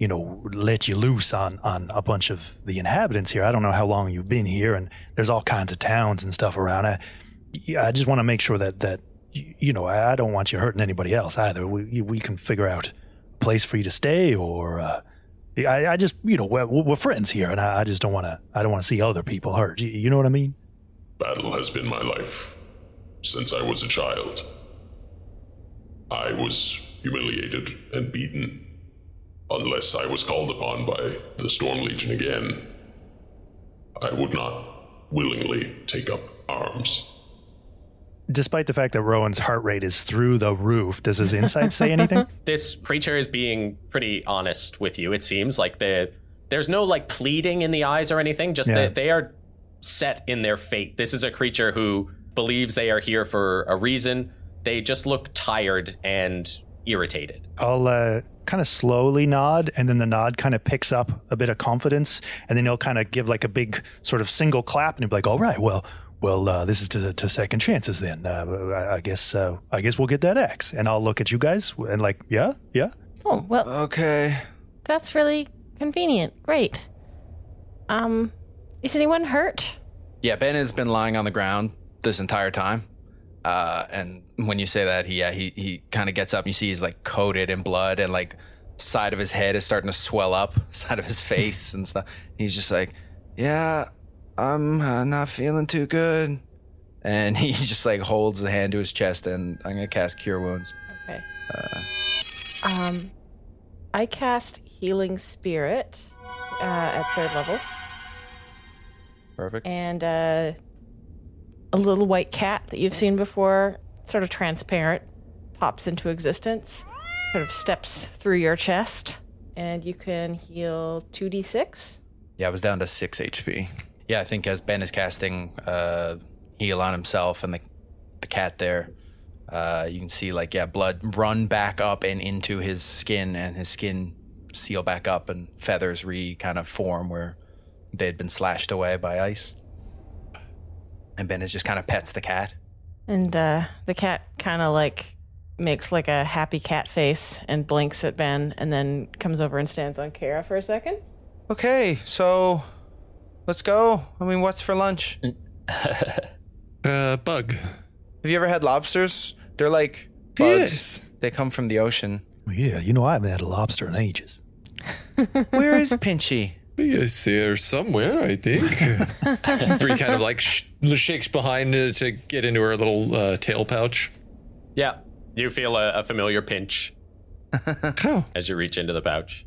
you know, let you loose on on a bunch of the inhabitants here. I don't know how long you've been here, and there's all kinds of towns and stuff around. I I just want to make sure that that y- you know, I, I don't want you hurting anybody else either. We we can figure out place for you to stay or uh, I, I just you know we're, we're friends here and I, I just don't want to I don't want to see other people hurt you, you know what I mean Battle has been my life since I was a child. I was humiliated and beaten, unless I was called upon by the Storm Legion again. I would not willingly take up arms. despite the fact that Rowan's heart rate is through the roof does his insight say anything This preacher is being pretty honest with you, it seems. Like the there's no like pleading in the eyes or anything, just Yeah. that they are set in their fate. This is a creature who believes they are here for a reason. They just look tired and irritated. I'll uh, kind of slowly nod and then the nod kind of picks up a bit of confidence and then he'll kind of give like a big sort of single clap and he'll be like all right well well uh, this is to, to second chances then uh, I, I guess uh, I guess we'll get that X and I'll look at you guys and like yeah yeah Oh, well. okay That's really convenient. Great. Um, is anyone hurt? Yeah, Ben has been lying on the ground this entire time. Uh, and when you say that, he yeah, he he kind of gets up. And you see he's like coated in blood, and like side of his head is starting to swell up, side of his face and stuff. And he's just like, "Yeah, I'm uh, not feeling too good." And he just like holds the hand to his chest, and I'm gonna cast Cure Wounds. Okay. Uh, Um, I cast Healing Spirit uh, at third level, perfect. and uh, a little white cat that you've seen before, sort of transparent, pops into existence, sort of steps through your chest, and you can heal 2d6. Yeah, I was down to six HP. Yeah, I think as Ben is casting uh, heal on himself and the the cat there, uh, you can see like yeah, blood run back up and into his skin, and his skin seal back up and feathers re kind of form where they had been slashed away by ice. And Ben is just kind of pets the cat. And uh, the cat kind of like makes like a happy cat face and blinks at Ben and then comes over and stands on Kara for a second. Okay, so let's go. I mean, what's for lunch? Uh, bug. Have you ever had lobsters? They're like bugs. They come from the ocean. Yeah, you know I haven't had a lobster in ages. Where is Pinchy? Yes, here somewhere, I think. Bree kind of like sh- shakes behind it to get into her little uh, tail pouch. Yeah, you feel a, a familiar pinch as you reach into the pouch.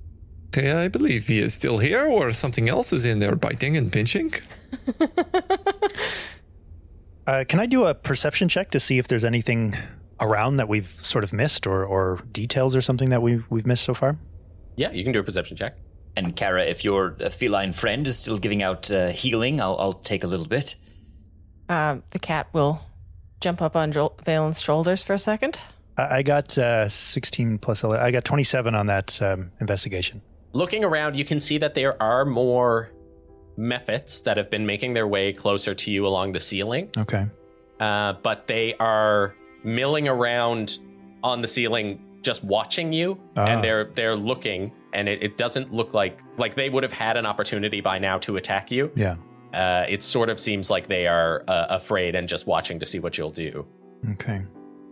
Okay, I believe he is still here, or something else is in there biting and pinching. Uh, can I do a perception check to see if there's anything around that we've sort of missed or, or details or something that we've, we've missed so far? Yeah, you can do a perception check. And Kara, if your uh, feline friend is still giving out uh, healing, I'll, I'll take a little bit. Um, the cat will jump up on Joel- Valen's shoulders for a second. I, I got uh, 16 plus 11. I got 27 on that um, investigation. Looking around, you can see that there are more mephits that have been making their way closer to you along the ceiling. Okay. uh, but they are milling around on the ceiling just watching you Ah. and they're they're looking and it, it doesn't look like like they would have had an opportunity by now to attack you Yeah. uh, it sort of seems like they are uh, afraid and just watching to see what you'll do Okay.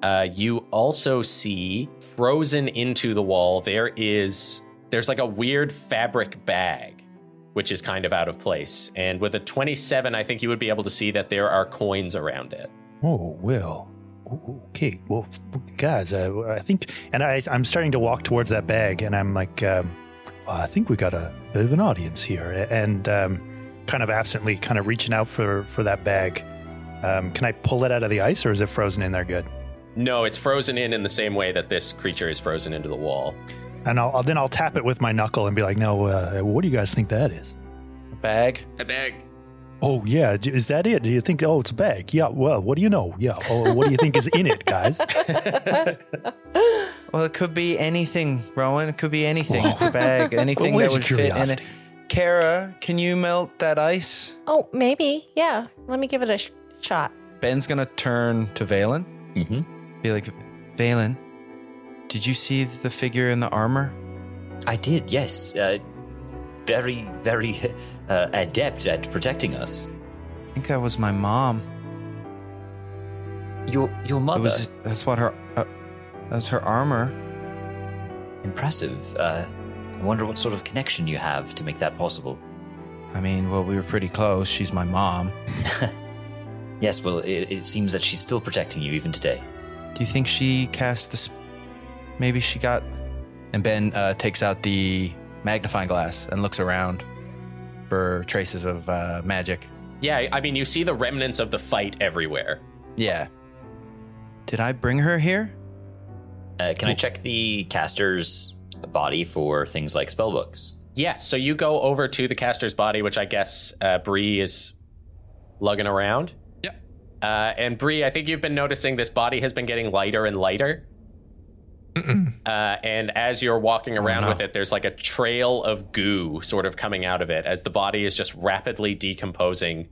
uh, you also see frozen into the wall there is there's like a weird fabric bag which is kind of out of place and with a 27 i think you would be able to see that there are coins around it Oh, well. Ooh, Okay. Well, f- guys, I, I think, and I, I'm starting to walk towards that bag, and I'm like, um, well, I think we got a bit of an audience here, and um, kind of absently, kind of reaching out for for that bag. Um, can I pull it out of the ice, or is it frozen in there? Good. No, it's frozen in in the same way that this creature is frozen into the wall. And I'll, I'll then I'll tap it with my knuckle and be like, "No, uh, what do you guys think that is?" A bag. A bag. Oh yeah, d- is that it? Do you think? Oh, it's a bag. Yeah. Well, what do you know? Yeah. Oh, what do you think is in it, guys? Well, it could be anything, Rowan. It could be anything. It's a bag. Anything that Where's would fit curiosity? in it. Kara, can you melt that ice? Oh, maybe. Yeah. Let me give it a sh- shot. Ben's gonna turn to Valen. Mm-hmm. Be like, Valen, did you see the figure in the armor? I did, yes. Uh, very, very uh, adept at protecting us. I think that was my mom. Your your mother. It was, that's what her. Uh, that's her armor. Impressive. Uh, I wonder what sort of connection you have to make that possible. I mean, well, we were pretty close. She's my mom. Yes, well, it, it seems that she's still protecting you even today. Do you think she cast this? Maybe she got. And Ben uh, takes out the magnifying glass and looks around for traces of uh, magic. Yeah, I mean, you see the remnants of the fight everywhere. Yeah. Did I bring her here? Uh, can I check the caster's body for things like spellbooks? Yes, so you go over to the caster's body, which I guess uh, Bree is lugging around. Yep. Uh, and Bree, I think you've been noticing this body has been getting lighter and lighter. Uh, and as you're walking around no. with it, there's like a trail of goo sort of coming out of it as the body is just rapidly decomposing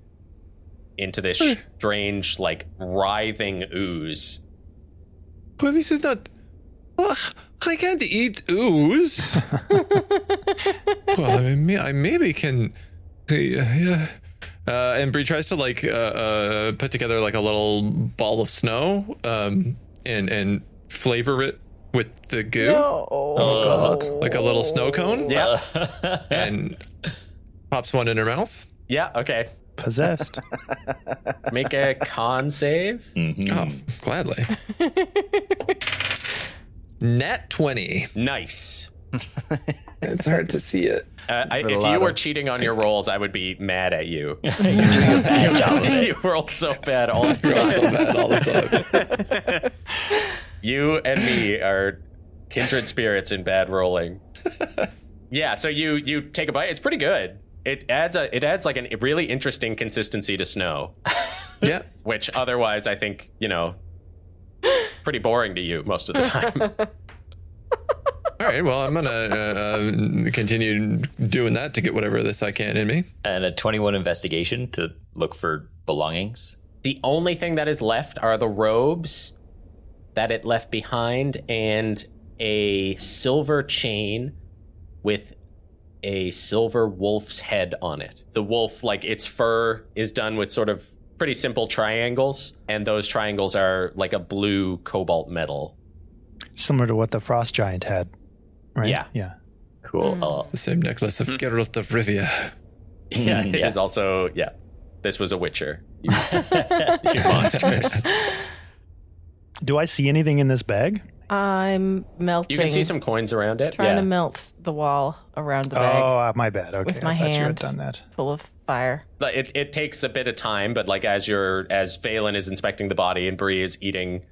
into this strange, like writhing ooze. But this is not. Ugh, I can't eat ooze. well, I, may, I maybe can. Uh, yeah. Uh, and Bree tries to like uh, uh, put together like a little ball of snow um, and and flavor it with the goo. Like a little snow cone. Yeah. and pops one in her mouth. Uh. Yeah, okay. Possessed. Make a con save. Oh, gladly. Nat 20. Nice. it's hard to see it. Uh, I, been a if lot you were of- cheating on your rolls, I would be mad at you. bad job of it. you rolled so bad all the time. so bad all the time. you and me are kindred spirits in bad rolling. Yeah, so you you take a bite. It's pretty good. It adds a it adds like an- a really interesting consistency to snow. yeah. Which otherwise I think, you know, pretty boring to you most of the time. All right. Well, I'm gonna uh, uh, continue doing that to get whatever this I can in me. And a 21 investigation to look for belongings. The only thing that is left are the robes that it left behind and a silver chain with a silver wolf's head on it. The wolf, like its fur, is done with sort of pretty simple triangles, and those triangles are like a blue cobalt metal. Similar to what the frost giant had, right? Yeah. Yeah. Cool. Uh, It's the same necklace of Geralt of Rivia. Hmm. Yeah, it yeah. is also yeah. This was a Witcher. You, you monsters. Do I see anything in this bag? I'm melting. You can see some coins around it. Trying to melt the wall around the oh, bag. uh, my bad. Okay. with my I thought you had hand done that. full of fire. But it, it takes a bit of time, but like as you're as Phelan is inspecting the body and Bree is eating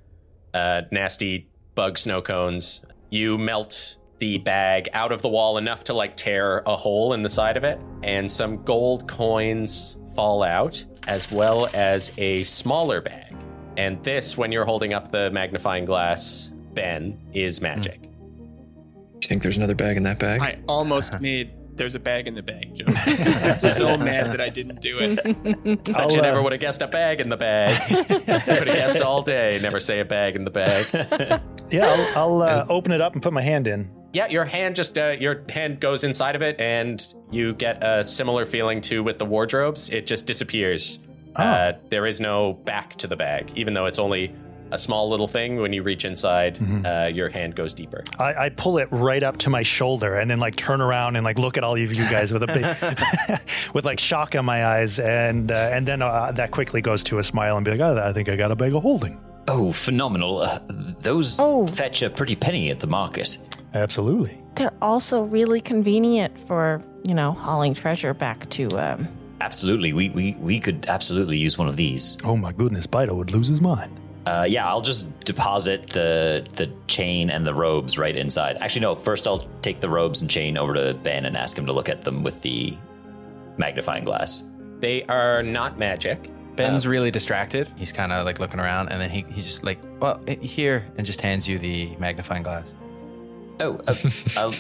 uh, nasty bug snow cones, you melt the bag out of the wall enough to like tear a hole in the side of it, and some gold coins fall out, as well as a smaller bag. And this, when you're holding up the magnifying glass, Ben, is magic. Do you think there's another bag in that bag? I almost made there's a bag in the bag joke. I'm so mad that I didn't do it. Bet I'll, you never uh, would have guessed a bag in the bag. Could have guessed all day. Never say a bag in the bag. Yeah, I'll, I'll uh, open it up and put my hand in. yeah, your hand just uh, your hand goes inside of it, and you get a similar feeling to with the wardrobes. It just disappears. Oh. Uh, there is no back to the bag, even though it's only a small little thing. When you reach inside, Mm-hmm. uh, your hand goes deeper. I, I pull it right up to my shoulder and then like turn around and like look at all of you guys with a big, with like shock in my eyes and uh, and then uh, that quickly goes to a smile and be like, oh, I think I got a bag of holding. Oh, phenomenal. Uh, those fetch a pretty penny at the market. Absolutely. They're also really convenient for, you know, hauling treasure back to um Absolutely. We, we, we could absolutely use one of these. Oh my goodness, Bido would lose his mind. Uh, yeah, I'll just deposit the the chain and the robes right inside. Actually, no. First, I'll take the robes and chain over to Ben and ask him to look at them with the magnifying glass. They are not magic. Ben's Uh, really distracted. He's kind of like looking around, and then he, he's just like, "Well, eh, here," and just hands you the magnifying glass. Oh, uh, I'll,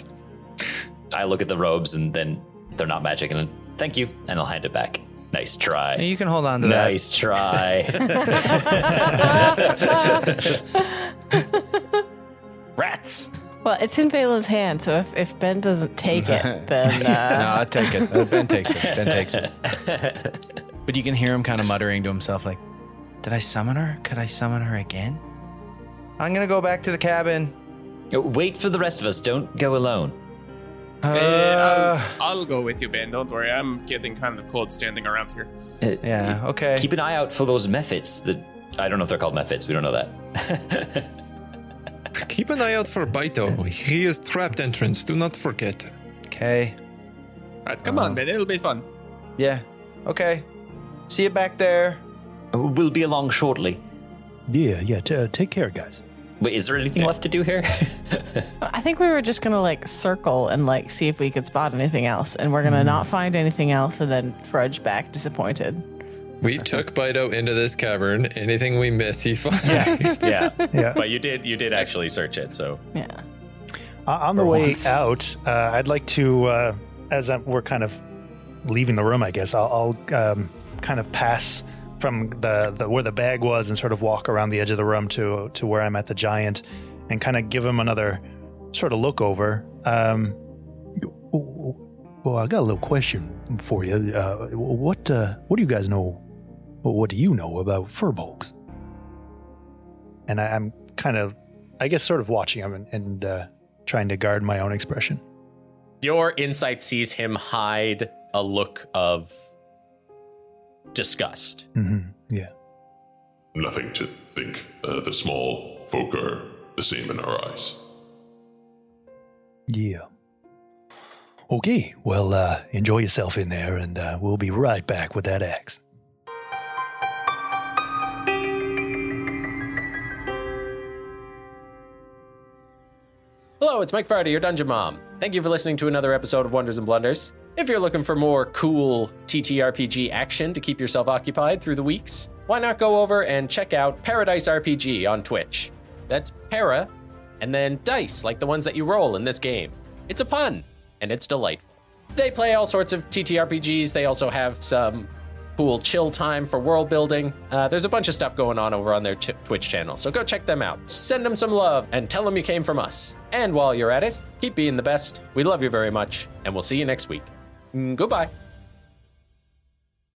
I look at the robes and then they're not magic, and then, thank you, and I'll hand it back. Nice try. You can hold on to that. nice try. Rats. Well, it's in Valen's hand, so if, if Ben doesn't take it, then no, uh, I take it. Uh, Ben takes it. Ben takes it. But you can hear him kind of muttering to himself, like, "Did I summon her? Could I summon her again?" I'm gonna go back to the cabin. Uh, Wait for the rest of us. Don't go alone. Uh, I'll, I'll go with you, Ben. Don't worry. I'm getting kind of cold standing around here. yeah. Okay. Uh, Keep an eye out for those methods. That I don't know if they're called methods. We don't know that. Keep an eye out for Baito. He is trapped entrance. Do not forget. Okay. All right, come on, Ben. It'll be fun. Yeah. Okay. See you back there. We'll be along shortly. Yeah, yeah. T- uh, take care, guys. Wait, is there anything left to do here? I think we were just gonna like circle and like see if we could spot anything else, and we're gonna not find anything else, and then trudge back disappointed. We took Bido into this cavern. Anything we miss, he finds. yeah. Yeah. But you did you did actually search it, so Yeah. Uh, on the For way once. out, uh, I'd like to, uh, as I'm, we're kind of leaving the room, I guess I'll, I'll um, kind of pass from the, the where the bag was and sort of walk around the edge of the room to to where I'm at the giant, and kind of give him another sort of look over. Um, well, I got a little question for you. Uh, what uh, what do you guys know? What do you know about furbolgs? and I, I'm kind of, I guess, sort of watching him and, and uh, trying to guard my own expression. Your insight sees him hide a look of disgust. Mm-hmm. Yeah. Nothing to think. Uh, the small folk are the same in our eyes. Yeah. Okay. Well, uh, enjoy yourself in there, and uh, we'll be right back with that axe. Hello, it's Mike Friday, your Dungeon Mom. Thank you for listening to another episode of Wonders and Blunders. If you're looking for more cool TTRPG action to keep yourself occupied through the weeks, why not go over and check out Paradise RPG on Twitch? That's para, and then dice, like the ones that you roll in this game. It's a pun, and it's delightful. They play all sorts of TTRPGs. They also have some cool chill time for world building. Uh, there's a bunch of stuff going on over on their t- Twitch channel, so go check them out. Send them some love and tell them you came from us. And while you're at it, keep being the best. We love you very much, and we'll see you next week. Mm, Goodbye.